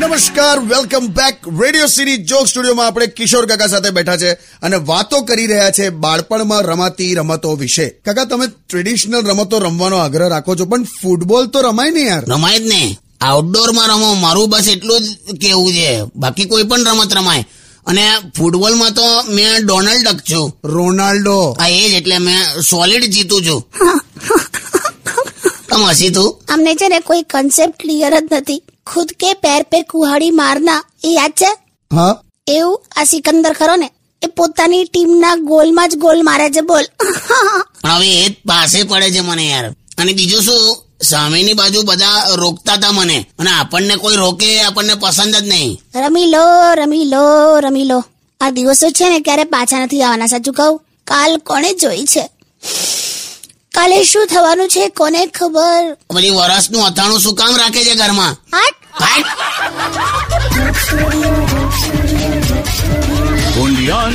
નમસ્કાર welcome back radio city joke સ્ટુડિયોમાં આપણે કિશોર કાકા સાથે બેઠા છે અને વાતો કરી રહ્યા છે બાળપણમાં રમાતી રમતો વિશે કાકા તમે ટ્રેડિશનલ રમતો રમવાનો આગ્રહ રાખો છો પણ ફૂટબોલ તો રમાય ને યાર રમાય જ ને આઉટડોરમાં રમો મારું બસ એટલું જ કેવું છે બાકી કોઈ પણ રમત રમાય અને ફૂટબોલમાં તો મેં ડોનાલ્ડ ડક છું રોનાલ્ડો આ એ જ એટલે મેં સોલિડ જીતું છું તમ હસી તું અમને છે ને કોઈ કન્સેપ્ટ ક્લિયર જ નથી ખુદ કે પેર પે કુહાડી મારના એ યાદ છે હા એવું આ સિકંદર ખરો ને એ પોતાની ટીમના ગોલમાં જ ગોલ મારે છે બોલ પણ હવે એ જ પાસે પડે છે મને યાર અને બીજું શું સામેની બાજુ બધા રોકતા હતા મને અને આપણને કોઈ રોકે એ આપણને પસંદ જ નહીં રમી લો રમી લો રમી લો આ દિવસો છે ને ક્યારે પાછા નથી આવવાના સાચું કહું કાલ કોણે જોઈ છે કાલે શું થવાનું છે કોને ખબર પછી વરસનું અથાણું શું કામ રાખે છે ઘરમાં હાટ હાટ! Only on